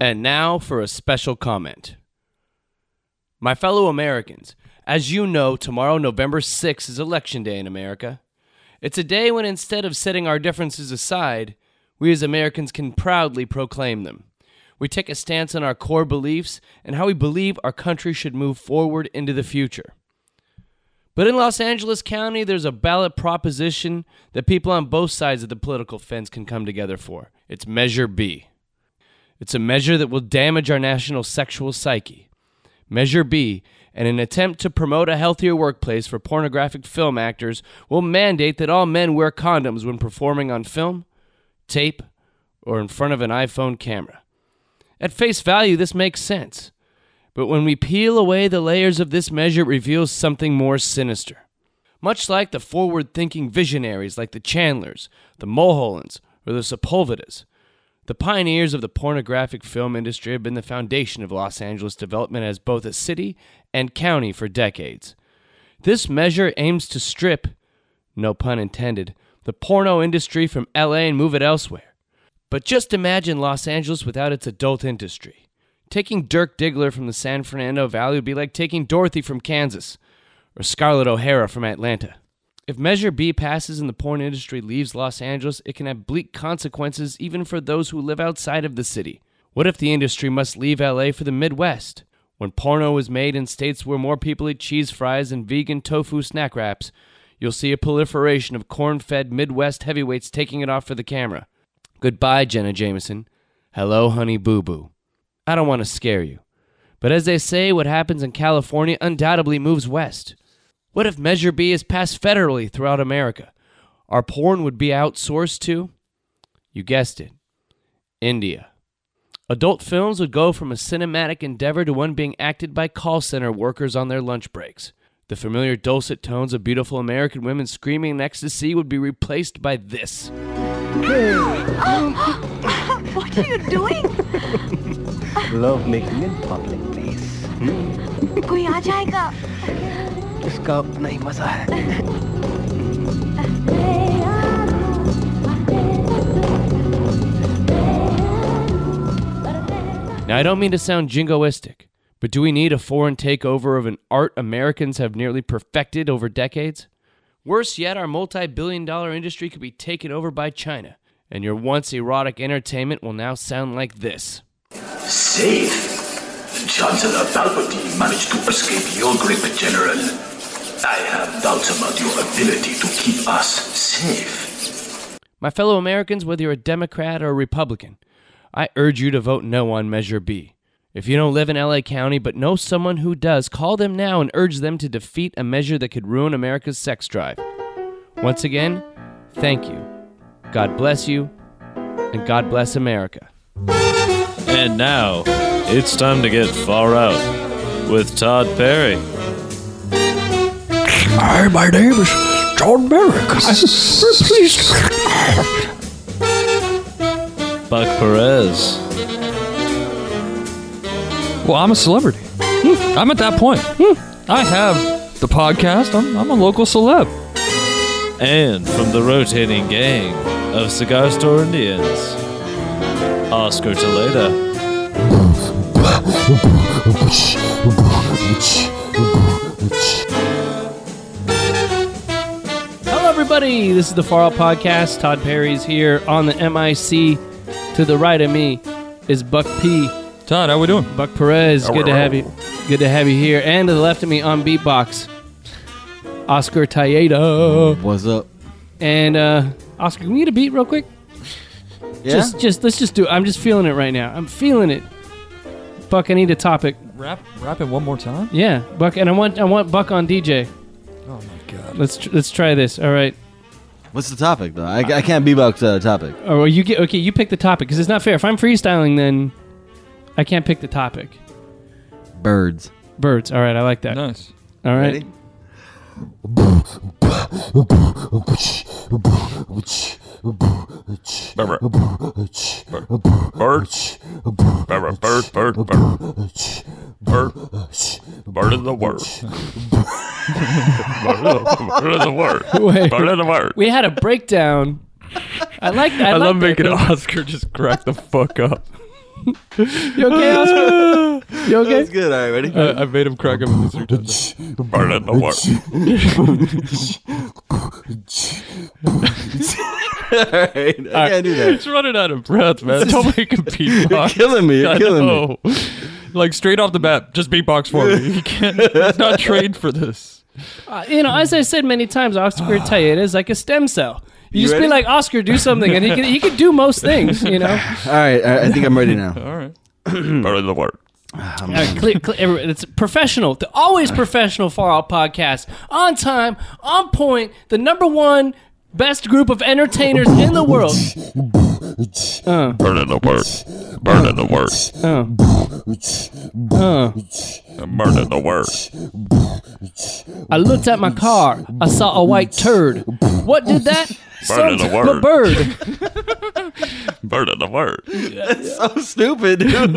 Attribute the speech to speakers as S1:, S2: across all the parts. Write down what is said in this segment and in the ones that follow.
S1: And now for a special comment. My fellow Americans, as you know, tomorrow, November 6th, is Election Day in America. It's a day when instead of setting our differences aside, we as Americans can proudly proclaim them. We take a stance on our core beliefs and how we believe our country should move forward into the future. But in Los Angeles County, there's a ballot proposition that people on both sides of the political fence can come together for. It's Measure B. It's a measure that will damage our national sexual psyche. Measure B, in an attempt to promote a healthier workplace for pornographic film actors, will mandate that all men wear condoms when performing on film, tape, or in front of an iPhone camera. At face value, this makes sense. But when we peel away the layers of this measure, it reveals something more sinister. Much like the forward thinking visionaries like the Chandlers, the Mulhollands, or the Sepulvedas, the pioneers of the pornographic film industry have been the foundation of Los Angeles development as both a city and county for decades. This measure aims to strip, no pun intended, the porno industry from LA and move it elsewhere. But just imagine Los Angeles without its adult industry. Taking Dirk Diggler from the San Fernando Valley would be like taking Dorothy from Kansas or Scarlett O'Hara from Atlanta. If Measure B passes and the porn industry leaves Los Angeles, it can have bleak consequences even for those who live outside of the city. What if the industry must leave LA for the Midwest? When porno is made in states where more people eat cheese fries and vegan tofu snack wraps, you'll see a proliferation of corn fed Midwest heavyweights taking it off for the camera. Goodbye, Jenna Jameson. Hello, honey boo boo. I don't want to scare you, but as they say, what happens in California undoubtedly moves west. What if Measure B is passed federally throughout America? Our porn would be outsourced to, you guessed it, India. Adult films would go from a cinematic endeavor to one being acted by call center workers on their lunch breaks. The familiar dulcet tones of beautiful American women screaming in ecstasy would be replaced by this.
S2: what are you doing?
S3: Love making in public place.
S2: कोई आ जाएगा
S3: इसका अपना ही मजा है
S1: Now, I don't mean to sound jingoistic, but do we need a foreign takeover of an art Americans have nearly perfected over decades? Worse yet, our multi billion dollar industry could be taken over by China, and your once erotic entertainment will now sound like this.
S4: Safe. Chancellor Palpatine managed to escape your grip, General. I have doubts about your ability to keep us safe.
S1: My fellow Americans, whether you're a Democrat or a Republican, I urge you to vote no on Measure B. If you don't live in LA County but know someone who does, call them now and urge them to defeat a measure that could ruin America's sex drive. Once again, thank you. God bless you, and God bless America.
S5: And now, it's time to get far out with Todd Perry.
S6: Hi, my name is John Merrick. Please.
S5: Buck Perez.
S6: Well, I'm a celebrity.
S7: Hmm.
S6: I'm at that point. I have the podcast. I'm, I'm a local celeb.
S5: And from the rotating gang of Cigar Store Indians, Oscar Toledo.
S1: Hello, everybody. This is the Far Out Podcast. Todd Perry's here on the MIC. To the right of me is Buck P.
S6: Todd, how we doing?
S1: Buck Perez, good to have you. Good to have you here. And to the left of me on beatbox, Oscar Tayeda.
S7: What's up?
S1: And uh, Oscar, can we get a beat real quick?
S7: Yeah.
S1: Just, just let's just do it. I'm just feeling it right now. I'm feeling it. Buck, I need a topic.
S6: Rap, rap it one more time.
S1: Yeah, Buck, and I want, I want Buck on DJ.
S6: Oh my god.
S1: Let's, tr- let's try this. All right.
S7: What's the topic though? I, I can't beatbox out a topic.
S1: Oh, well, you get okay. You pick the topic because it's not fair. If I'm freestyling, then I can't pick the topic.
S7: Birds.
S1: Birds. All right, I like that.
S6: Nice.
S1: All right.
S7: Ready?
S8: Bird, bird, bird, bird, bird, bird of the word. bird, of the, bird of the word.
S1: Wait.
S8: Bird of the word.
S1: We had a breakdown. I like that. I,
S9: I
S1: like
S9: love
S1: that.
S9: making Oscar just crack the fuck up.
S6: You okay, Oscar? You okay?
S7: That's good. All right, ready?
S6: I, I made him crack him.
S5: Burn it work.
S7: All right. I can't do that.
S6: He's running out of breath, man. Don't make him beatbox.
S7: Killing me. You're
S6: I
S7: killing me.
S6: know. Like straight off the bat, just beatbox for me. He can't. He's not trained for this.
S1: Uh, you know, as I said many times, Oscar will tell you it is like a stem cell. You, just
S7: ready?
S1: be like Oscar, do something, and he can he can do most things. You know,
S7: All right. I I think I'm ready now.
S6: All right.
S5: Burn the work.
S1: All right, clear, clear, everybody- it's professional, the always professional Far Out podcast, on time, on point, the number one best group of entertainers in the world.
S5: Burn it work. Burn it work. Burn it work.
S1: I looked at my car. I saw a white turd. What did that?
S5: Bird is a
S1: type of
S5: word.
S1: bird.
S5: Burn it work.
S7: So stupid, dude.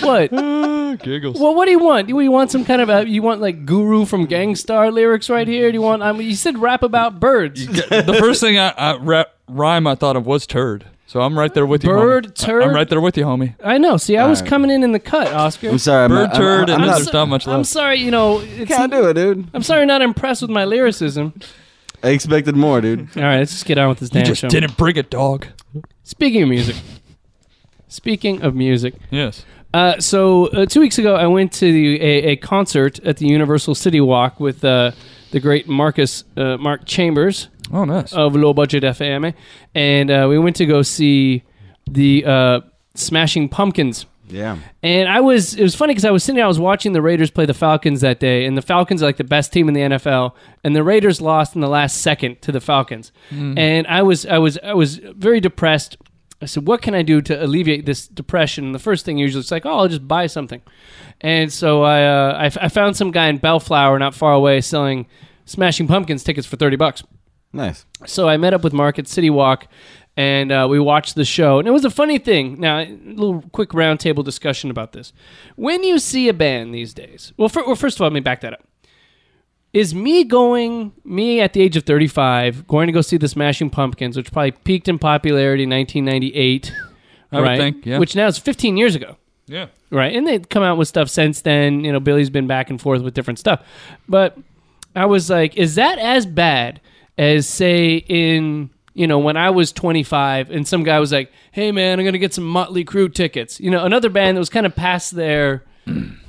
S1: What?
S6: Giggles.
S1: Well, what do you want? Do you want some kind of a? You want like Guru from Gangstar lyrics right here? Do you want? I mean, you said rap about birds.
S6: the first thing I, I ra- rhyme I thought of was turd. So I'm right there with you. homie.
S1: Bird,
S6: I-
S1: turd?
S6: I'm right there with you, homie.
S1: I know. See, I was coming in in the cut, Oscar.
S7: I'm sorry. I'm,
S6: Bird
S7: not- I'm,
S6: turd
S7: I'm,
S6: and
S7: not,
S6: there's not much
S1: I'm
S6: left.
S1: sorry. You know, it's,
S7: can't do it, dude.
S1: I'm sorry, not impressed with my lyricism.
S7: I expected more, dude.
S1: All right, let's just get on with this damn
S6: you just
S1: show.
S6: didn't bring a dog.
S1: Speaking of music. Speaking of music,
S6: Yes.
S1: uh, so uh, two weeks ago I went to the, a, a concert at the Universal City Walk with uh, the great Marcus uh, Mark Chambers.
S6: Oh, nice.
S1: of low budget FAM, and uh, we went to go see the uh, Smashing Pumpkins.
S7: Yeah.
S1: And I was it was funny because I was sitting there, I was watching the Raiders play the Falcons that day, and the Falcons are like the best team in the NFL, and the Raiders lost in the last second to the Falcons, and I was I was I was very depressed. I said, "What can I do to alleviate this depression?" And the first thing usually is like, "Oh, I'll just buy something," and so I, uh, I f- I found some guy in Bellflower, not far away, selling Smashing Pumpkins tickets for thirty bucks.
S7: Nice.
S1: So I met up with Mark at City Walk, and uh, we watched the show. And it was a funny thing. Now, a little quick roundtable discussion about this. When you see a band these days, well, fir- well, first of all, let me back that up. Is me going, me at the age of 35, going to go see the Smashing Pumpkins, which probably peaked in popularity in 1998,
S6: I would
S1: right?
S6: think, yeah.
S1: Which now is 15 years ago.
S6: yeah.
S1: Right. And they've come out with stuff since then. You know, Billy's been back and forth with different stuff. But I was like, is that as bad as, say, in, you know, when I was 25 and some guy was like, hey, man, I'm going to get some Motley Crue tickets? You know, another band that was kind of past their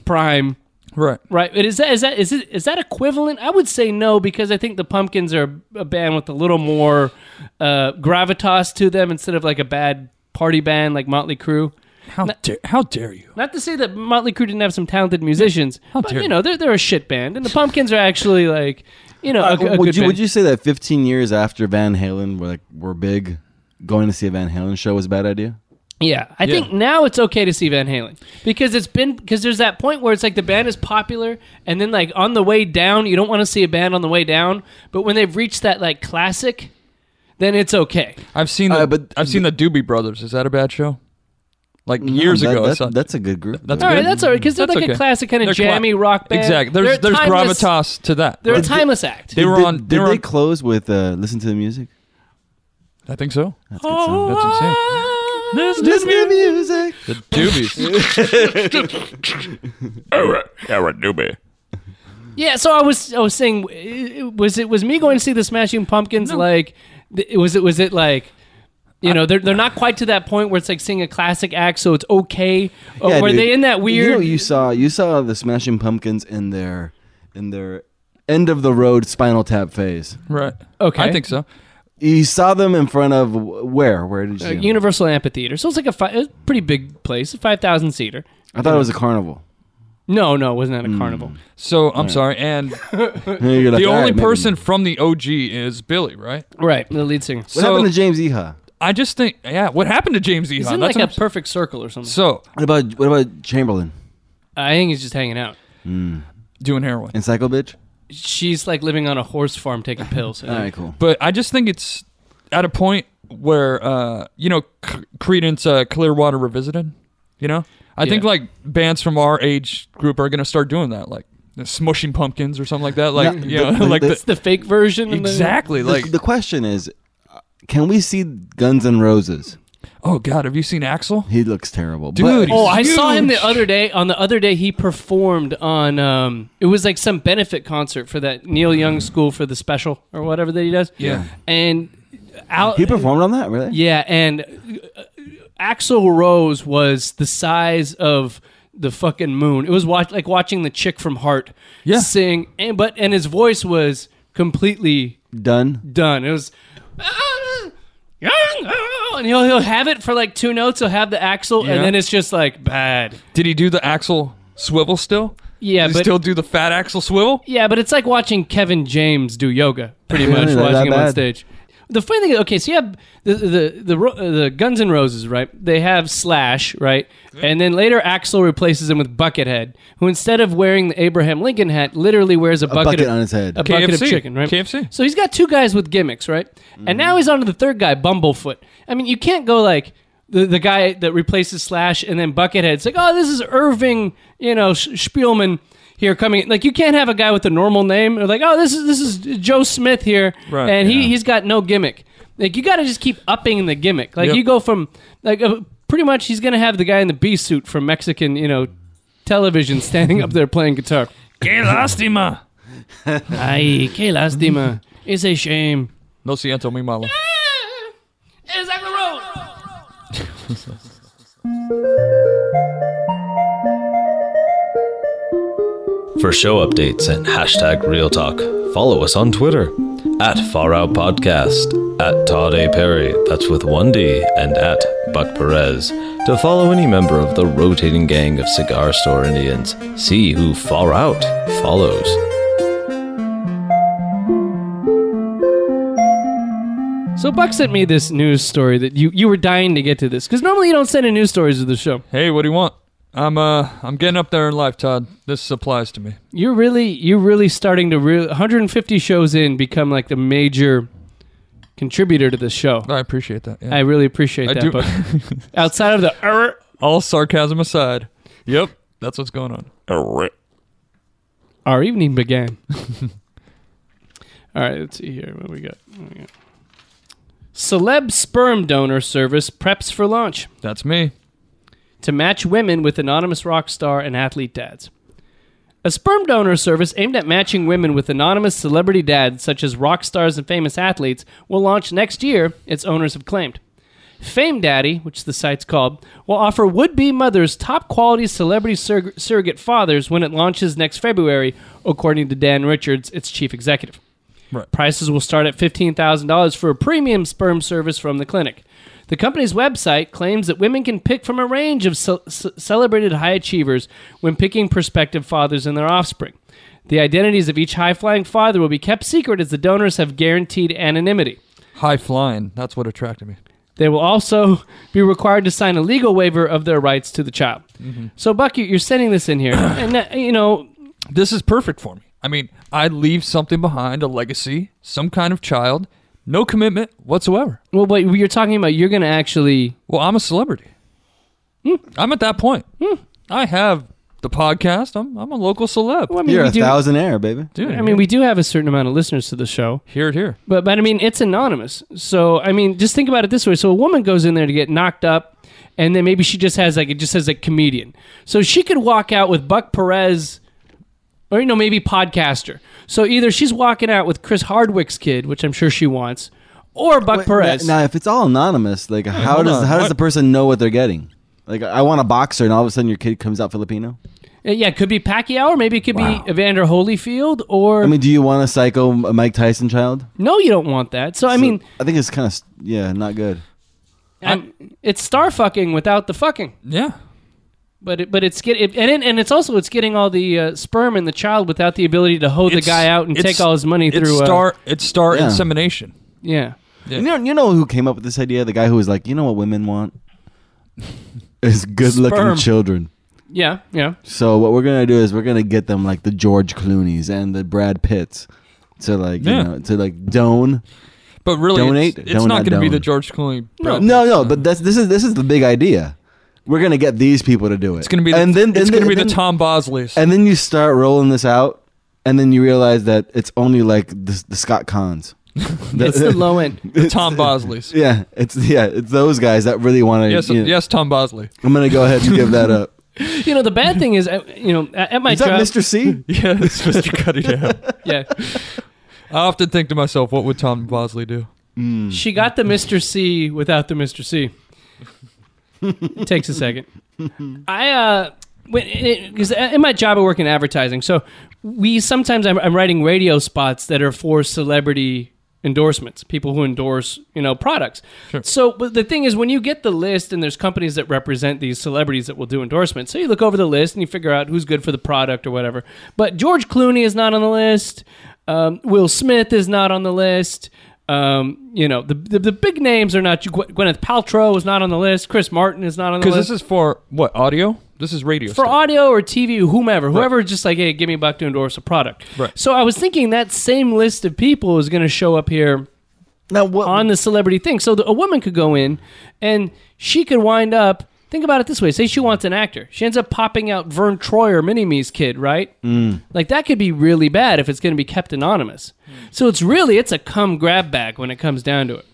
S1: prime.
S6: Right.
S1: Right. But is that, is that, is it, is that equivalent? I would say no, because I think the Pumpkins are a band with a little more uh, gravitas to them instead of like a bad party band like Motley Crue.
S6: How dare How dare you?
S1: Not to say that Motley Crue didn't have some talented musicians, but
S6: dare
S1: you know they're they're a shit band, and the Pumpkins are actually like you
S6: Uh,
S1: know a, a
S7: would
S1: good
S7: you
S1: band.
S7: would you say that 15 years after Van Halen were like were big, going to see a Van Halen show was a bad idea?
S1: yeah, I think now it's okay to see Van Halen because it's been because there's that point where it's like the band is popular, and then like on the way down, you don't want to see a band on the way down, but when they've reached that like classic, then it's okay.
S6: I've seen the,
S7: Uh, but-
S6: I've seen the Doobie Brothers. Is that a bad show? Like years
S7: No, that-
S6: ago,
S7: that-
S6: I saw,
S7: that's a good group.
S6: That's
S7: though.
S1: All right,
S6: good.
S1: that's all right because they're
S6: That's
S1: like a
S6: okay.
S1: classic kind
S6: They're
S1: of
S6: cla-
S1: jammy rock band.
S6: Exactly.
S1: They're
S6: There's there's
S1: timeless-
S6: gravitas to that.
S1: They're a
S6: right?
S1: timeless act.
S6: they were
S7: Did-
S6: on.
S7: Did,
S6: they were
S7: they
S6: on-
S7: close with uh, "Listen to the Music"?
S6: I think so.
S7: That's a good song.
S6: That's insane.
S7: Listen to the music.
S6: The Doobies.
S5: Eric, Eric Newby.
S1: Yeah, so I was I was saying, uh, was it was me going to see the Smashing Pumpkins like, th- was it was it like, you know, they're they're not quite to that point where it's like seeing a classic act, so it's okay. Or
S7: Yeah,
S1: Oh, were
S7: dude.
S1: they in that weird?
S7: You know, you saw you saw the Smashing Pumpkins in their in their end of the road Spinal Tap phase.
S6: right.
S1: Okay.
S6: I think so.
S7: You saw them in front of where? Where did you?
S1: uh,
S7: see them?
S1: Universal Amphitheater, so it's like a, fi- a pretty big place, a five thousand seater.
S7: I thought it was a carnival.
S1: No, no, it wasn't
S7: Hmm.
S1: that a carnival?
S6: So I'm sorry. And
S1: Uh,
S7: You're like,
S6: the
S7: "All
S6: only
S7: right, maybe."
S6: person from the OG is Billy, right?
S1: Right, the lead singer.
S7: What
S6: so-
S7: happened to James Eha?
S6: I just think, yeah. What happened to James Ehan?
S1: He's in like
S6: That's what
S1: a
S6: I'm s-
S1: perfect circle or something.
S6: so
S7: What about what about Chamberlain
S1: I think he's just hanging out.
S6: doing heroin.
S7: and Psycho Bitch?
S1: She's like living on a horse farm taking pills.
S7: All right, cool.
S6: but I just think it's at a point where uh, you know C- Credence uh, Clearwater Revisited. You know, I think
S1: Yeah.
S6: like bands from our age group are gonna start doing that, like the Smushing Pumpkins or something like that. Like
S7: No,
S6: you
S7: the-
S6: know,
S7: the-
S6: like
S7: the-
S1: It's the fake version. and then-
S6: exactly
S7: The-
S6: like
S7: the question is, uh, can we see Guns N' Roses?
S6: Oh God, have you seen Axel?
S7: He looks terrible.
S6: Dude,
S7: but
S1: Oh, I saw him
S6: Huge.
S1: the other day. On the other day, he performed on. Um, it was like some benefit concert for that Neil Young School for the Special or whatever that he does.
S6: Yeah.
S1: and out.
S7: he performed on that, really?
S1: oh, yeah, and Axel Rose was the size of the fucking moon. It was watch, like watching the chick from Heart
S6: Yeah.
S1: sing, and but and his voice was completely
S7: Done.
S1: done. It was. "Ah, And he'll, he'll have it for like two notes. He'll have the axle,
S6: Yeah.
S1: and then it's just like bad.
S6: Did he do the Axel swivel still?
S1: Yeah,
S6: Did he
S1: but
S6: still do the fat Axel swivel?
S1: yeah, but it's like watching Kevin James do yoga, pretty
S7: Really?
S1: much
S7: That
S1: watching him on
S7: bad?
S1: stage. The funny thing, okay, so you have the the the, Ro- uh, the Guns N' Roses, right? They have Slash, right, and then later Axl replaces him with Buckethead, who instead of wearing the Abraham Lincoln hat, literally wears a bucket,
S7: bucket
S1: of,
S7: on his head.
S1: a bucket of
S6: KFC.
S1: chicken, right?
S6: KFC.
S1: So he's got two guys with gimmicks, right?
S6: Mm-hmm.
S1: And now he's on to the third guy, Bumblefoot. I mean, you can't go like the, the guy that replaces Slash and then Buckethead. It's like, oh, this is Irving, you know, Sh- Spielman here coming. in. Like, you can't have a guy with a normal name. Or like, oh, this is this is Joe Smith here,
S6: Right,
S1: and he
S6: yeah.
S1: he's got no gimmick. Like, you got to just keep upping the gimmick. Like,
S6: Yep.
S1: you go from like uh, pretty much he's gonna have the guy in the bee suit from Mexican, you know, television standing up there playing guitar.
S6: Que lástima.
S1: Ay, qué lástima. It's a shame.
S6: No siento mi malo.
S5: For show updates and hashtag Real Talk, follow us on Twitter at Far Out Podcast, at Todd A. Perry, that's with 1D, and at Buck Perez. To follow any member of the rotating gang of Cigar Store Indians, see who Far Out follows.
S1: So Buck sent me this news story that you you were dying to get to this because normally you don't send in news stories to the show.
S6: Hey, what do you want? I'm uh I'm getting up there in life, Todd. This applies to me.
S1: You're really you're really starting to re- 150 shows in become like the major contributor to this show.
S6: I appreciate that. Yeah.
S1: I really appreciate
S6: Uh, I
S1: that.
S6: do.
S1: Buck. Outside of the err,
S6: All sarcasm aside. Yep, that's what's going on.
S1: our evening began. All right, let's see here what we got. What we got? Celeb sperm donor service preps for launch.
S6: That's me.
S1: to match women with anonymous rock star and athlete dads. A sperm donor service aimed at matching women with anonymous celebrity dads such as rock stars and famous athletes will launch next year, its owners have claimed. Fame Daddy, which the site's called, will offer would be mothers top quality celebrity surg- surrogate fathers when it launches next February, according to Dan Richards, its chief executive. Prices will start at $15,000 for a premium sperm service from the clinic. The company's website claims that women can pick from a range of ce- ce- celebrated high achievers when picking prospective fathers and their offspring. The identities of each high flying father will be kept secret as the donors have guaranteed anonymity.
S6: High flying. That's what attracted me.
S1: They will also be required to sign a legal waiver of their rights to the child.
S7: Mm-hmm.
S1: So, Bucky, you're sending this in here. and, uh, you know,
S6: This is perfect for me. I mean, I leave something behind, a legacy, some kind of child, no commitment whatsoever.
S1: well, what you're talking about, you're going to actually.
S6: Well, I'm a celebrity.
S1: Hmm.
S6: I'm at that point. I have the podcast. I'm I'm a local celeb.
S1: Well, I mean,
S7: You're
S1: we
S7: a
S1: do-
S7: thousandaire, baby.
S6: Dude,
S1: I mean, we do have a certain amount of listeners to the show,
S6: hear it here.
S1: but but I mean, it's anonymous. So I mean, just think about it this way: so a woman goes in there to get knocked up, and then maybe she just has like it just says like comedian. So she could walk out with Buck Perez, or you know maybe podcaster. So either she's walking out with Chris Hardwick's kid, which I'm sure she wants, or Buck
S7: Wait,
S1: Perez.
S7: Now, now, if it's all anonymous, like how
S6: hold
S7: does
S6: on.
S7: how does
S6: What-
S7: the person know what they're getting? Like I want a boxer, and all of a sudden your kid comes out Filipino.
S1: Uh, yeah, it could be Pacquiao, or maybe it could be Evander Holyfield, or
S7: I mean, do you want a psycho M- Mike Tyson child?
S1: no, you don't want that. So I
S7: So,
S1: mean,
S7: I think it's kind of yeah, not good.
S1: I'm, it's star fucking without the fucking.
S6: Yeah.
S1: But it, but it's get it, and it, and it's also it's getting all the uh, sperm in the child without the ability to hoe the
S6: It's-
S1: guy out and
S6: it's-
S1: take all his money
S6: It's
S1: through. uh,
S6: star it's star
S7: Yeah.
S6: insemination.
S1: yeah.
S7: You know, you know who came up with this idea? The guy who was like, you know what women want is
S6: Sperm.
S7: good-looking children.
S1: Yeah, yeah.
S7: So what we're gonna do is we're gonna get them like the George Clooney's and the Brad Pitts to like
S6: Yeah.
S7: you know to like don.
S6: But really,
S7: Donate,
S6: it's, it's
S7: don't
S6: not
S7: not
S6: going to be
S7: don't.
S6: the George Clooney.
S1: No.
S6: Brad
S7: No,
S6: Pitt.
S7: no, but that's this is this is the big idea. We're gonna get these people to do it.
S6: It's going to be
S7: and
S6: the,
S7: then
S6: it's
S7: and
S6: going to be
S7: then-
S6: the Tom Bosleys.
S7: and then you start rolling this out, and then you realize that it's only like the, the Scott Cons.
S1: it's the low end.
S6: The Tom Bosleys.
S7: Yeah, it's yeah, it's those guys that really want to.
S6: Yes, yes, Tom Bosley.
S7: I'm gonna go ahead and give that up.
S1: You know, the bad thing is, uh, you know, at at my
S7: Is that
S1: job,
S7: Mr. C?
S6: Yeah, it's Mr. Cunningham.
S1: yeah,
S6: I often think to myself, what would Tom Bosley do?
S1: she got the Mr. C without the Mr. C. It takes a second. I uh, because in my job I work in advertising, so we sometimes I'm, I'm writing radio spots that are for celebrity endorsements, people who endorse you know products. So but the thing is, when you get the list and there's companies that represent these celebrities that will do endorsements, so you look over the list and you figure out who's good for the product or whatever. But George Clooney is not on the list. Um, Will Smith is not on the list. Um, you know the, the the big names are not. Gwy- Gwyneth Paltrow is not on the list. Chris Martin is not on the
S6: Because
S1: list
S6: this is for what audio? This is radio.
S1: for
S6: stuff.
S1: audio or TV, whomever, whoever is just like, hey, give me a buck to endorse a product.
S6: Right.
S1: So I was thinking that same list of people is going to show up here
S7: Now what?
S1: on the celebrity thing. So the, a woman could go in and she could wind up. Think about it this way: say she wants an actor, she ends up popping out Vern Troyer, Mini Me's kid, right? Like that could be really bad if it's going to be kept anonymous. So it's really it's a come grab bag when it comes down to it.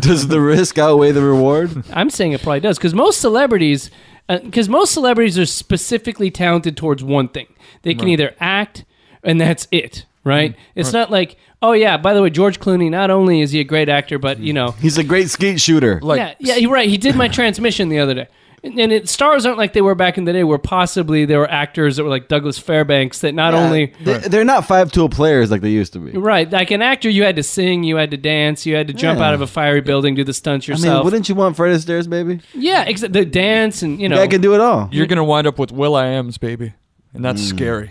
S7: does the risk outweigh the reward?
S1: I'm saying it probably does because most celebrities, because most celebrities are specifically talented towards one thing. They can either act, and that's it, right?
S7: Mm-hmm.
S1: It's not like, oh yeah, by the way, George Clooney. Not only is he a great actor, but you know,
S7: He's a great skeet shooter.
S6: Like,
S1: yeah, yeah, you're right. He did my transmission the other day. And and it, stars aren't like they were back in the day, where possibly there were actors that were like Douglas Fairbanks that not only
S7: Uh, They, they're not five tool players like they used to be.
S1: right like an actor, you had to sing, you had to dance, you had to jump
S7: Yeah.
S1: out of a fiery building, do the stunts
S7: I
S1: yourself.
S7: mean, wouldn't you want Fred Astaire's baby?
S1: yeah, except the dance and you know,
S7: Yeah, I can do it all.
S6: You're gonna wind up with Will I Am's baby, and that's
S7: Mm.
S6: scary,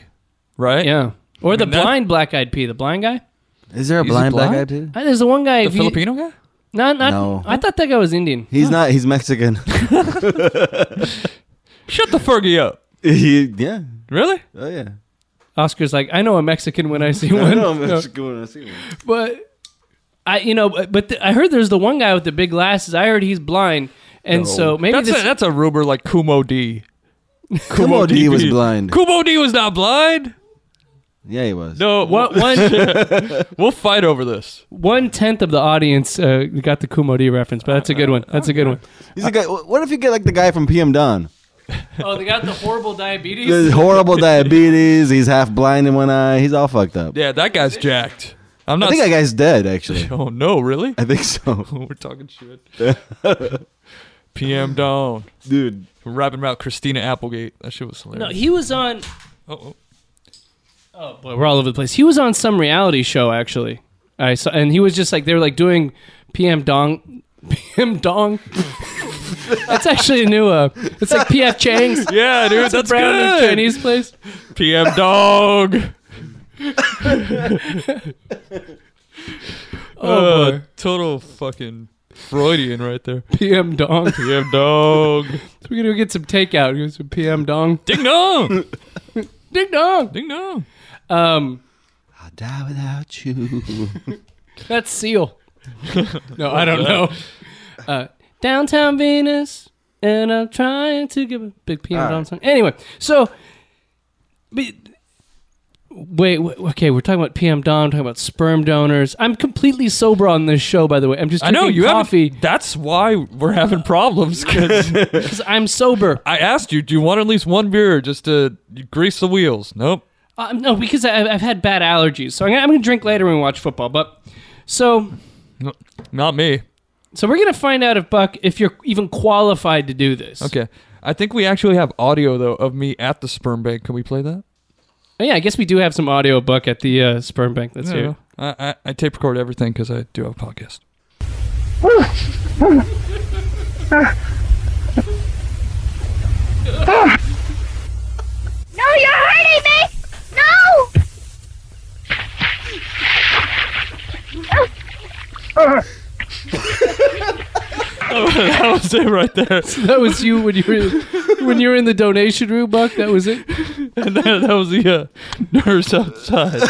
S6: right?
S1: Yeah. Or the
S6: mean, that-
S1: blind black eyed pea, the blind guy.
S7: Is there a
S6: He's a
S7: blind black guy
S6: blind?
S7: too?
S1: Uh, There's the one guy.
S6: The
S1: if you-
S6: Filipino guy.
S1: Not, not,
S7: No.
S1: I thought that guy was Indian.
S7: He's not. He's Mexican.
S6: Shut the Fergie up.
S7: he, yeah.
S6: Really?
S7: Oh yeah.
S1: Oscar's like, I know a Mexican when I see
S7: I
S1: one.
S7: know
S1: No.
S7: Mexican when I see one.
S1: But I, you know, but but the, I heard there's the one guy with the big glasses. I heard he's blind, and so maybe
S6: That's
S1: this.
S6: a, that's a rumor like Kumo D.
S7: Kumo D was blind.
S6: Kumo D was not blind.
S7: Yeah, he was.
S6: No.
S1: what one
S6: We'll fight over this.
S1: one tenth of the audience uh, got the Kumo D reference, but that's a good one. That's a good one.
S7: He's a guy. What if you get like the guy from PM Don?
S1: Oh, they got the horrible diabetes.
S7: There's horrible diabetes. He's half blind in one eye. He's all fucked up.
S6: Yeah, that guy's jacked. I'm
S7: I
S6: not.
S7: think that guy's dead. Actually,
S6: oh no, really?
S7: I think so,
S6: We're talking shit. PM Dawn.
S7: dude.
S6: Rapping about Christina Applegate. That shit was
S1: No,
S6: hilarious.
S1: he was on.
S6: oh,
S1: Oh boy, we're all over the place. He was on some reality show actually. I saw, and he was just like they were like doing PM Dong, PM Dong. That's actually a new. Uh, it's like PF Chang's.
S6: oh. Yeah, dude, that's
S1: Brown and
S6: good.
S1: Chinese place.
S6: PM Dog.
S1: Oh,
S6: Uh,
S1: boy.
S6: total fucking Freudian right there.
S1: PM Dong. So
S6: PM Dog.
S1: we're gonna get some takeout. Here's some PM Dong.
S6: Ding dong.
S1: Ding dong.
S6: Ding dong.
S1: Um,
S7: I'll die without you.
S1: that's Seal. no, I don't know. Uh, downtown Venus, and I'm trying to give a big PM Dong song. Anyway, so. But, Wait, wait, okay, we're talking about PM Dom, talking about sperm donors. I'm completely sober on this show, by the way. I'm just
S6: I
S1: drinking
S6: know you
S1: coffee
S6: haven't. That's why we're having problems because
S1: because I'm sober.
S6: I asked you, do you want at least one beer just to grease the wheels? Nope.
S1: Uh, no, because I, I've had bad allergies, so I'm gonna, I'm gonna drink later when we watch football. But so,
S6: No, not me.
S1: so we're gonna find out if Buck, if you're even qualified to do this.
S6: Okay. I think we actually have audio though of me at the sperm bank. Can we play that?
S1: Oh, yeah, I guess we do have some audio of Buck at the uh, sperm bank. Let's hear. it.
S6: I, I, I tape record everything because I do have a podcast.
S2: No, you're hurting me! No!
S6: that was it right there.
S1: That was you when you were when you were in the donation room, Buck. That was it.
S6: And that, that was the uh, nurse outside.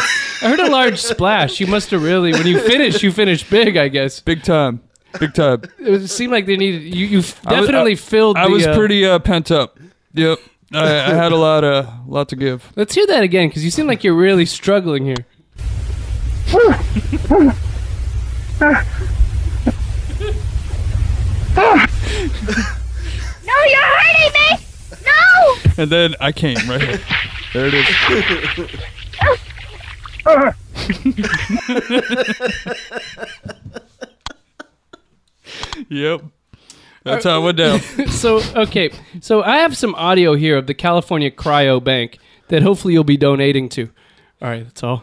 S1: I heard a large splash. You must have really when you finished, you finished big. I guess
S6: Big time. Big time.
S1: it was- it seemed like they needed you. You f-
S6: I was-
S1: definitely
S6: I-
S1: filled.
S6: I
S1: the,
S6: was
S1: uh,
S6: pretty uh, pent up. Yep. I, I had a lot, uh, lot to give.
S1: Let's hear that again because you seem like you're really struggling here.
S2: No, you're hurting me! No!
S6: And then I came right here. There it is. yep. That's how it went down.
S1: So okay, so I have some audio here of the California Cryo Bank that hopefully you'll be donating to. All right, that's all.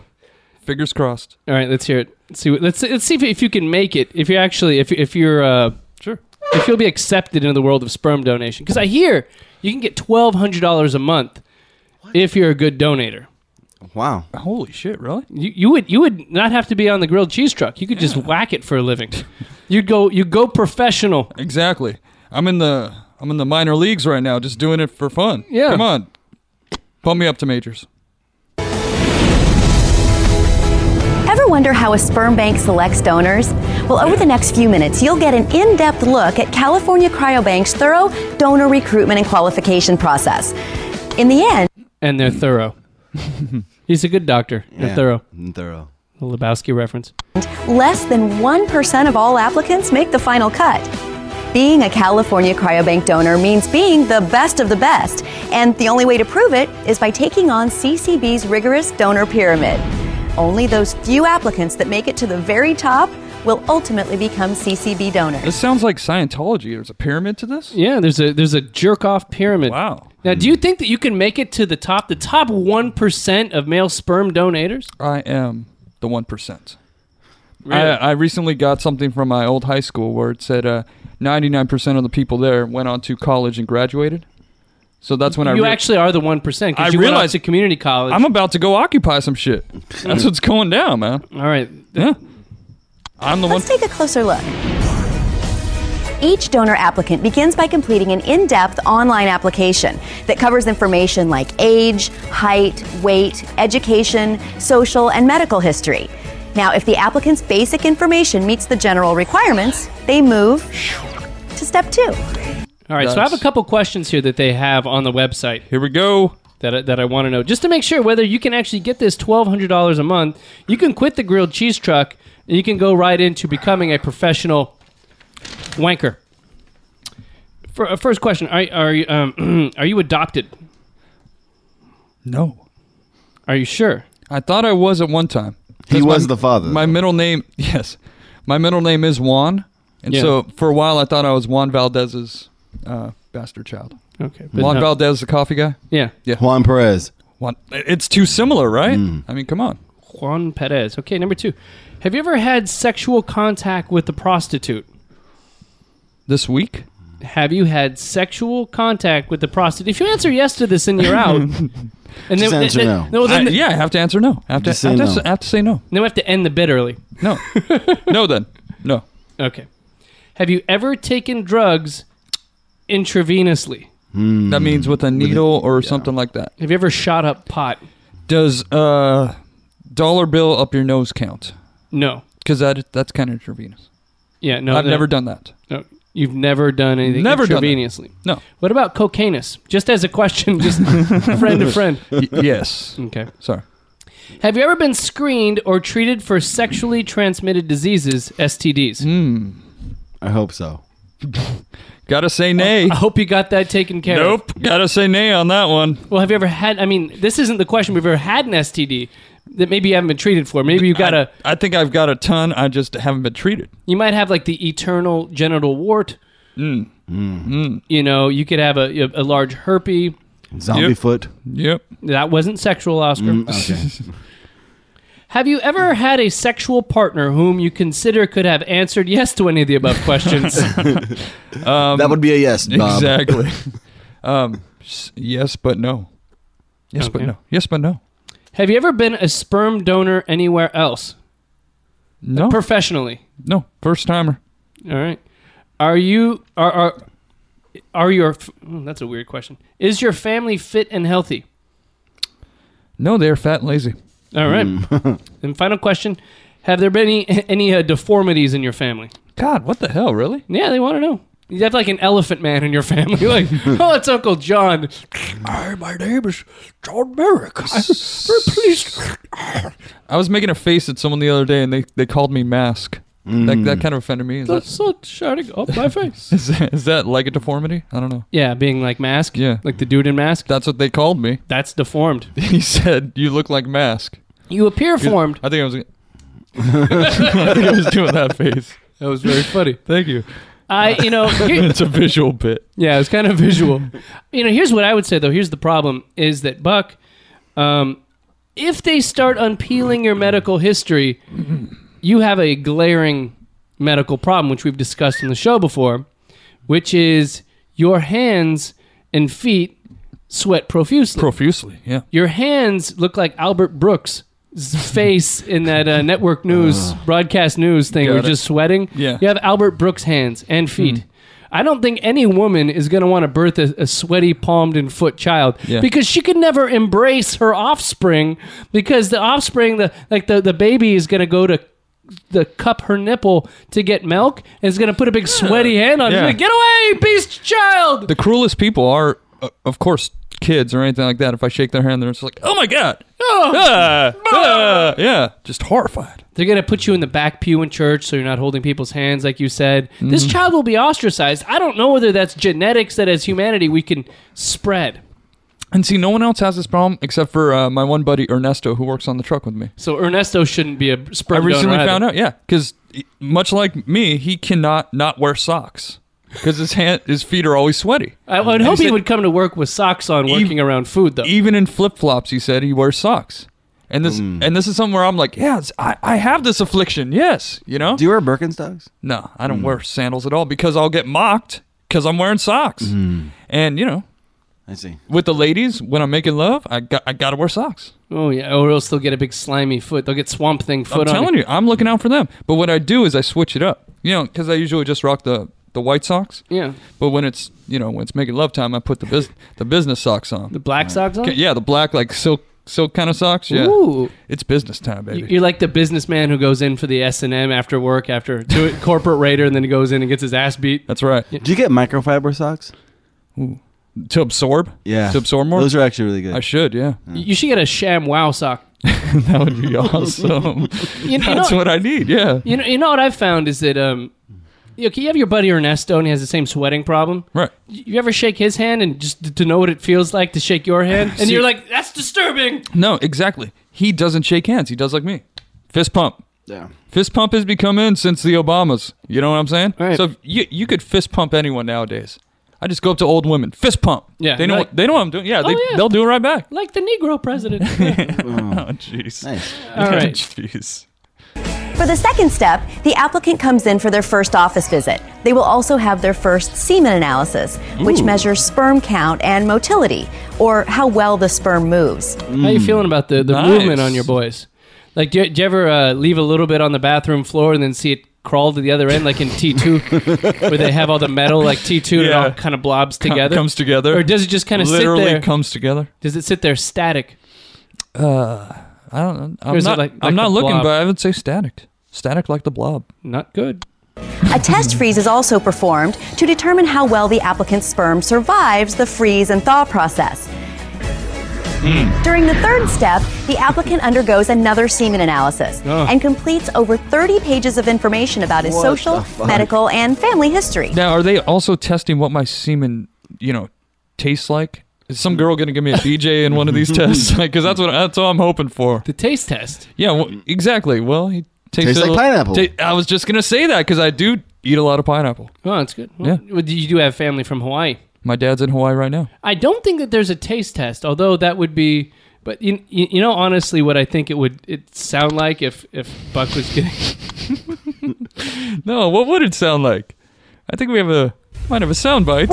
S6: Fingers crossed.
S1: All right, let's hear it. Let's see, what- let's let's see if, if you can make it. If you're actually if if you're uh,
S6: Sure.
S1: if you'll be accepted into the world of sperm donation, because I hear you can get twelve hundred dollars a month if you're a good donator.
S7: Wow.
S6: Holy shit, really?
S1: You, you would you would not have to be on the grilled cheese truck. You could just whack it for a living. You'd go you go professional.
S6: Exactly. I'm in the I'm in the minor leagues right now, just doing it for fun.
S1: Yeah.
S6: Come on. Pump me up to majors.
S9: Ever wonder how a sperm bank selects donors? Well, over the next few minutes, you'll get an in depth look at California Cryobank's thorough donor recruitment and qualification process. In the end,
S1: And they're thorough. He's a good doctor. They're
S7: Yeah.
S1: thorough.
S7: And thorough.
S1: A Lebowski reference.
S9: less than 1% of all applicants make the final cut. Being a California cryobank donor means being the best of the best, and the only way to prove it is by taking on CCB's rigorous donor pyramid. Only those few applicants that make it to the very top will ultimately become CCB donors.
S6: This sounds like Scientology. There's a pyramid to this?
S1: Yeah, there's a there's a jerk off pyramid.
S6: Wow.
S1: Now, do you think that you can make it to the top, the top one percent of male sperm donators?
S6: I am the one percent. I, I recently got something from my old high school where it said uh, 99% of the people there went on to college and graduated. So that's when I
S1: you
S6: rea-
S1: actually are the one percent.
S6: I
S1: because you went off
S6: realize-
S1: to community college.
S6: I'm about to go occupy some shit.
S1: Hmm.
S6: That's what's going down, man.
S1: All right,
S6: Yeah. I'm the one.
S9: Let's take a closer look. Each donor applicant begins by completing an in depth online application that covers information like age, height, weight, education, social, and medical history. Now, if the applicant's basic information meets the general requirements, they move to step two.
S1: all right. So I have a
S6: Nice.
S1: couple questions here that they have on the website
S6: Here we go.
S1: that I, that I want to know, just to make sure whether you can actually get this twelve hundred dollars a month. You can quit the grilled cheese truck and you can go right into becoming a professional wanker. For, uh, first question: Are are you um, are you adopted?
S6: No.
S1: Are you sure?
S6: I thought I was at one time.
S7: He
S6: 'Cause my-
S7: was the father.
S6: My middle name, yes, my middle name is Juan, and
S1: Yeah.
S6: so for a while I thought I was Juan Valdez's uh, bastard child.
S1: Okay, but
S6: Juan
S1: no.
S6: Valdez, the coffee guy.
S1: Yeah.
S7: Juan Perez.
S6: Juan, it's too similar, right?
S7: Mm.
S6: I mean, come on.
S1: Juan Perez. Okay, number two. Have you ever had sexual contact with a prostitute?
S6: This week,
S1: Have you had sexual contact with a prostitute? If you answer yes to this, then you're out. And then,
S7: Just answer
S1: then-
S7: no.
S1: no, then,
S6: I- yeah, I have to answer no. I have to,
S7: Just say
S6: I have to
S7: no.
S6: s- I have to say no.
S1: then we have to end the bit early.
S6: No, no, then no.
S1: Okay. Have you ever taken drugs intravenously?
S7: Mm.
S6: That means with a needle or something like that.
S1: Have you ever shot up pot?
S6: Does uh, dollar bill up your nose count?
S1: No.
S6: Because that that's kind of intravenous.
S1: Yeah, no.
S6: I've
S1: no,
S6: never done that.
S1: No. You've never done anything
S6: Never done that.
S1: intravenously.
S6: No.
S1: What about cocainus? Just as a question, just friend to friend.
S6: Y- yes.
S1: Okay.
S6: Sorry.
S1: Have you ever been screened or treated for sexually transmitted diseases, STDs?
S6: Mm.
S7: I hope so.
S6: Gotta say nay.
S1: I hope you got that taken care of.
S6: Nope. Gotta say nay on that one.
S1: Well, have you ever had? I mean, this isn't the question. We've ever had an STD that maybe you haven't been treated for. Maybe you got a.
S6: I, I think I've got a ton. I just haven't been treated.
S1: You might have like the eternal genital wart. You know, you could have a, a large herpy.
S7: Zombie
S6: Yep.
S7: foot.
S6: Yep.
S1: That wasn't sexual, Oscar.
S7: Okay.
S1: Have you ever had a sexual partner whom you consider could have answered yes to any of the above questions?
S7: that would be a yes, Bob.
S6: Exactly. um, s- yes, but no. Yes, but
S1: Okay.
S6: no. Yes, but no.
S1: have you ever been a sperm donor anywhere else?
S6: No.
S1: Professionally.
S6: no. First timer.
S1: All right. Are you are are are your f- oh, that's a weird question. Is your family fit and healthy?
S6: No, they're fat and lazy.
S1: All right. and final question, have there been any any uh, deformities in your family?
S6: God, what the hell? Really?
S1: Yeah, they want to know. You have like an elephant man in your family like, "Oh, it's Uncle John."
S6: Hi, my name is John Merrick. I was making a face at someone the other day, and they, they called me Mask. That, that kind of offended me. Is that,
S1: That's not shining up my face.
S6: is, that- is that like a deformity? I don't know.
S1: yeah, being like mask.
S6: Yeah.
S1: like the dude in mask.
S6: That's what they called me.
S1: That's deformed.
S6: He said, "You look like mask."
S1: You appear formed.
S6: I think I was. I think I was doing that face.
S1: That was very funny.
S6: Thank you.
S1: I, you know, here-
S6: It's a visual bit.
S1: Yeah, it's kind of visual. you know, here's what I would say though. Here's the problem: is that Buck, um, if they start unpeeling your medical history, you have a glaring medical problem, which we've discussed in the show before, which is your hands and feet sweat profusely.
S6: Profusely, yeah.
S1: your hands look like Albert Brooks. Face in that uh, network news broadcast news thing,
S6: Got
S1: we're
S6: it.
S1: just sweating.
S6: Yeah. Hmm.
S1: you have Albert Brooks' hands and feet. I don't think any woman is going to want to birth a, a sweaty, palmed, and foot child
S6: Yeah.
S1: because she could never embrace her offspring because the offspring, the like the the baby is going to go to the cup her nipple to get milk and is going to put a big sweaty hand on. it.
S6: Yeah.
S1: Like, get away, beast child!
S6: The cruelest people are, uh, of course, kids or anything like that. If I shake their hand, they're just like, "Oh my god!" Ah, ah," yeah, just horrified.
S1: They're going to put you in the back pew in church so you're not holding people's hands, like you said.
S6: Mm-hmm.
S1: This child will be ostracized. I don't know whether that's genetics that as humanity we can spread.
S6: And see, no one else has this problem except for uh, my one buddy Ernesto, who works on the truck with me.
S1: So Ernesto shouldn't be a
S6: I
S1: sperm donor
S6: recently
S1: either.
S6: found out, yeah, because much like me, he cannot not wear socks because his hand, his feet are always sweaty.
S1: I would hope he
S6: said-
S1: would come to work with socks on, working around food though.
S6: even in flip flops, he said he wears socks. And this
S1: Hmm.
S6: and this is something where I'm like, yeah, it's, I, I have this affliction. Yes, you know.
S7: Do you wear Birkenstocks?
S6: no, I
S1: Hmm.
S6: don't wear sandals at all because I'll get mocked because I'm wearing socks.
S1: Hmm.
S6: And you know,
S7: I see.
S6: with the ladies when I'm making love, I got I gotta wear socks.
S1: oh yeah, or else they'll get a big slimy foot. They'll get swamp thing foot.
S6: I'm
S1: on
S6: telling
S1: it.
S6: you, I'm looking out for them. But what I do is I switch it up. You know, because I usually just rock the the white socks.
S1: Yeah,
S6: But when it's you know when it's making love time, I put the bus- the business socks on.
S1: the black socks on.
S6: Okay, yeah, the black like silk silk kind of socks. Yeah,
S1: Ooh.
S6: it's business time, baby.
S1: You- You're like the businessman who goes in for the S and M after work after do it, corporate raider, and then he goes in and gets his ass beat.
S6: That's right.
S7: Do you get microfiber socks?
S6: To absorb?
S7: Yeah.
S6: To absorb more?
S7: Those are actually really good.
S6: I should, yeah.
S1: You should get a sham wow sock.
S6: that would be awesome.
S1: You know-
S6: That's what I need, yeah.
S1: You know, you know what I've found is that um, you, know, you have your buddy Ernesto, and he has the same sweating problem.
S6: Right.
S1: You ever shake his hand and just t- to know what it feels like to shake your hand, and
S6: See-
S1: you're like, "That's disturbing."
S6: No, exactly. He doesn't shake hands. He does like me. Fist pump.
S7: yeah.
S6: Fist pump has become in since the Obamas. You know what I'm saying?
S1: Right.
S6: So if you you could fist pump anyone nowadays. I just go up to old women, fist pump.
S1: Yeah,
S6: They know
S1: like-
S6: what, they know what I'm doing. Yeah, they,
S1: yeah.
S6: they'll do it right back.
S1: Like the Negro president. Yeah.
S6: Oh jeez.
S7: Nice.
S1: All right.
S6: Jeez.
S9: For the second step, the applicant comes in for their first office visit. They will also have their first semen analysis, which measures sperm count and motility, or how well the sperm moves.
S1: How you feeling about the, the
S6: Nice.
S1: movement on your boys? Like, do you, do you ever uh, leave a little bit on the bathroom floor and then see it crawl to the other end, like in T two, where they have all the metal, like T two, and it
S6: Yeah.
S1: all kind of blobs
S6: Com-
S1: together?
S6: comes together.
S1: Or does it just kind of sit
S6: literally
S1: there?
S6: comes together?
S1: does it sit there static?
S6: I don't. I'm
S1: Or is it
S6: not.
S1: like- like
S6: I'm
S1: the
S6: not looking,
S1: blob?
S6: but I would say static. Static like the blob.
S1: Not good.
S9: A test freeze is also performed to determine how well the applicant's sperm survives the freeze and thaw process.
S7: Hmm.
S9: During the third step, the applicant undergoes another semen analysis and completes over 30 pages of information about his
S7: What the
S9: social,
S7: fuck?
S9: medical, and family history.
S6: Now, are they also testing what my semen, you know, tastes like? Is some girl gonna give me a DJ in one of these tests? Because that's what that's all I'm hoping for.
S1: The taste test.
S6: Yeah, well, exactly. Well, he takes
S7: Tastes
S6: a
S7: like
S6: little-
S7: pineapple.
S6: ta- I was just gonna say that because I do eat a lot of pineapple.
S1: Oh, that's good.
S6: Yeah.
S1: Well, you do have family from Hawaii.
S6: My dad's in Hawaii right now.
S1: I don't think that there's a taste test, although that would be. But you, you you know, honestly, what I think it would it sound like if if Buck was getting
S6: No, what would it sound like? I think we have a might have a sound bite.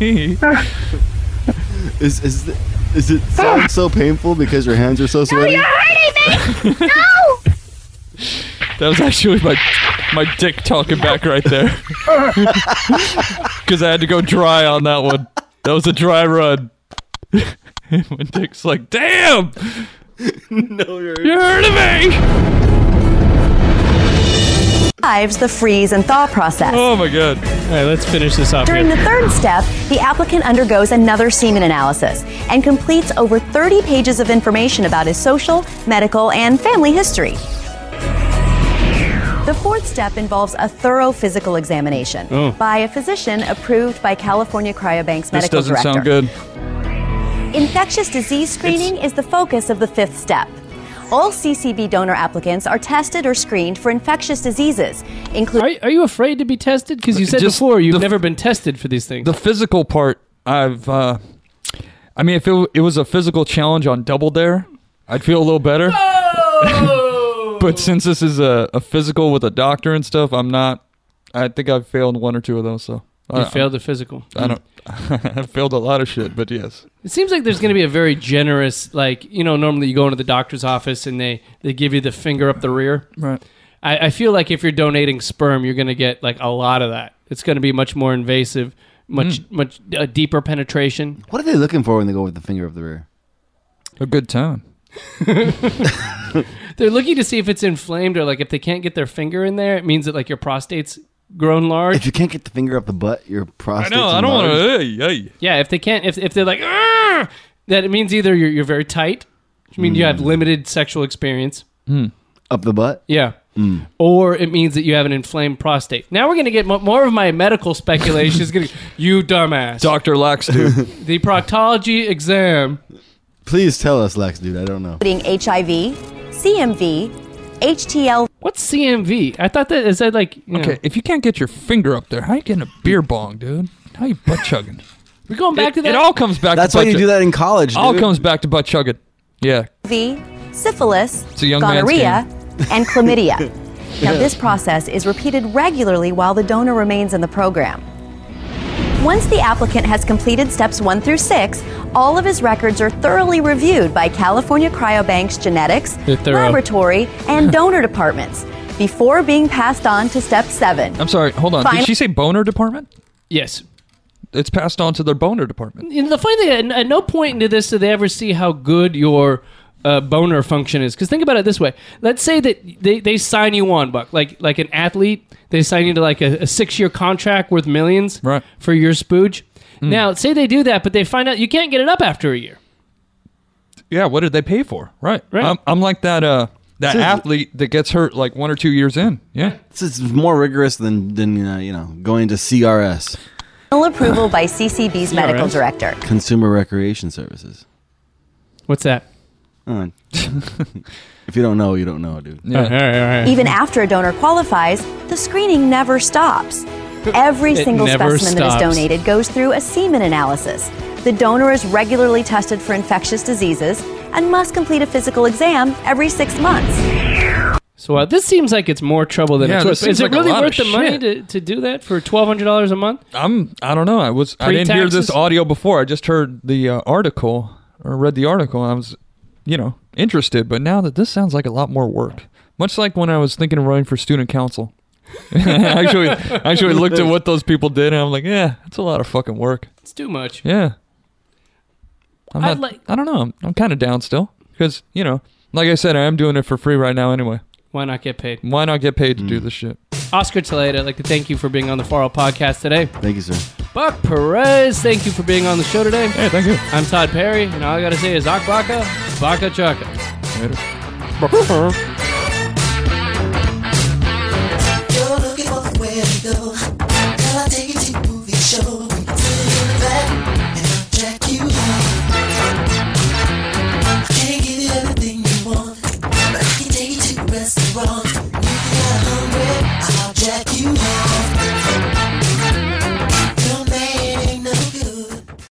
S6: Me.
S7: Is is th- is it sound so painful because your hands are so sweaty?
S2: You're hurting me! No!
S6: That was actually my my dick talking back right there. Because I had to go dry on that one. That was a dry run. my dick's like, damn,
S7: No, you're-
S6: you heard of me?
S9: survives the freeze and thaw process.
S6: Oh my god.
S1: All right, let's finish this off
S9: During
S1: here.
S9: the third step, the applicant undergoes another semen analysis and completes over 30 pages of information about his social, medical, and family history. The fourth step involves a thorough physical examination
S1: Oh.
S9: by a physician approved by California Cryobank's
S6: This
S9: medical
S6: doesn't
S9: director.
S6: sound good.
S9: Infectious disease screening is the focus of the fifth step. All CCB donor applicants are tested or screened for infectious diseases,
S1: Are,
S9: including
S1: you- are you afraid to be tested? Because you said
S6: Just
S1: before you've
S6: the-
S1: never been tested for these things.
S6: The physical part, I've. Uh, I mean, if it, w- it was a physical challenge on Double Dare, I'd feel a little better. but since this is a, a physical with a doctor and stuff, I'm not. I think I've failed one or two of those. So
S1: you
S6: I,
S1: failed the physical.
S6: I don't. I failed a lot of shit, but yes.
S1: It seems like there's going to be a very generous, like you know, normally you go into the doctor's office and they they give you the finger up the rear.
S6: Right.
S1: I, I feel like if you're donating sperm, you're going to get like a lot of that. It's going to be much more invasive, much
S7: Mm.
S1: much uh, deeper penetration.
S7: What are they looking for when they go with the finger up the rear?
S6: A good time.
S1: They're looking to see if it's inflamed or like if they can't get their finger in there, it means that like your prostate's grown large.
S7: If you can't get the finger up the butt, your
S6: I
S7: prostate.
S6: know. I don't want to. Hey, hey.
S1: yeah, if they can't, if if they're like, "Argh," that it means either you're you're very tight, which means you
S7: Mm.
S1: have limited sexual experience.
S7: up the butt.
S1: Yeah.
S7: Mm.
S1: Or it means that you have an inflamed prostate. Now we're going to get mo- more of my medical speculation. is going to you dumbass.
S6: Doctor Lax, dude.
S1: the proctology exam.
S7: Please tell us, Lex, dude. I don't know.
S9: HIV, CMV, HTLV,
S1: What's CMV? I thought that is that like you know-
S6: okay, if you can't get your finger up there, how you getting a beer bong, dude? How you butt chugging?
S1: We're going back to
S6: it,
S1: that.
S6: it all comes back.
S7: That's
S6: to
S7: why
S6: butt
S7: you
S6: chug-
S7: do that in college.
S6: All
S7: dude.
S6: comes back to butt chugging. Yeah.
S9: syphilis,
S6: a young man's
S9: gonorrhea, and chlamydia. now, this process is repeated regularly while the donor remains in the program. Once the applicant has completed steps one through six, all of his records are thoroughly reviewed by California Cryobank's genetics,
S1: They're thorough.
S9: laboratory, and donor departments before being passed on to step seven.
S6: I'm sorry. Hold on.
S9: Fine.
S6: Did she say boner department?
S1: yes.
S6: It's passed on to their boner department.
S1: You know, the funny thing, at, at no point into this do they ever see how good your uh, boner function is. Because think about it this way: let's say that they, they sign you on, Buck, like like an athlete, they sign you to like a, a six year contract worth millions
S6: Right. Mm.
S1: for your spooge. Now, say they do that, but they find out you can't get it up after a year.
S6: Yeah. What did they pay for? Right.
S1: Right.
S6: I'm, I'm like that. Uh, that athlete that gets hurt like one or two years in. Yeah.
S7: This is more rigorous than than uh, you know going to CRS,
S9: Final approval by CCB's medical
S1: right.
S9: director.
S7: Consumer Recreation Services.
S1: What's that?
S7: Uh, if you don't know, you don't know, dude.
S1: All right, all right.
S9: Even after a donor qualifies, the screening never stops. Every
S1: It
S9: single
S1: never
S9: specimen that is
S1: stops.
S9: donated goes through a semen analysis. The donor is regularly tested for infectious diseases and must complete a physical exam every six months.
S1: So uh, this seems like it's more trouble than
S6: Yeah,
S1: it's
S6: this
S1: worth.
S6: seems
S1: Is it
S6: like a
S1: really
S6: lot
S1: worth the
S6: of
S1: money
S6: shit.
S1: to, to do that for twelve hundred dollars a month?
S6: I'm. I don't know. I was. I didn't hear
S1: Pre-taxes?
S6: this audio before. I just heard the uh, article or read the article. And I was, you know, interested. But now that this sounds like a lot more work. Much like when I was thinking of running for student council. actually, actually looked at what those people did, and I'm like, yeah, it's a lot of fucking work.
S1: It's too much.
S6: Yeah. I'm
S1: I'd
S6: not,
S1: like-
S6: I don't know. I'm, I'm kind of down still because, you know, like I said, I am doing it for free right now anyway.
S1: Why not get paid?
S6: Why not get paid to do this shit?
S1: Oscar Toledo, I'd like to thank you for being on the Farrell podcast today.
S7: Thank you, sir.
S1: Buck Perez, thank you for being on the show today.
S6: Hey, thank you.
S1: I'm Todd Perry, and all I gotta say is Akbaka, Baka Chaka.
S6: Later.
S10: You're looking for where to go. Can I take you to a movie show? We can sit in the back and I'll track you out. I can't give you everything you want, but I can take you to a restaurant.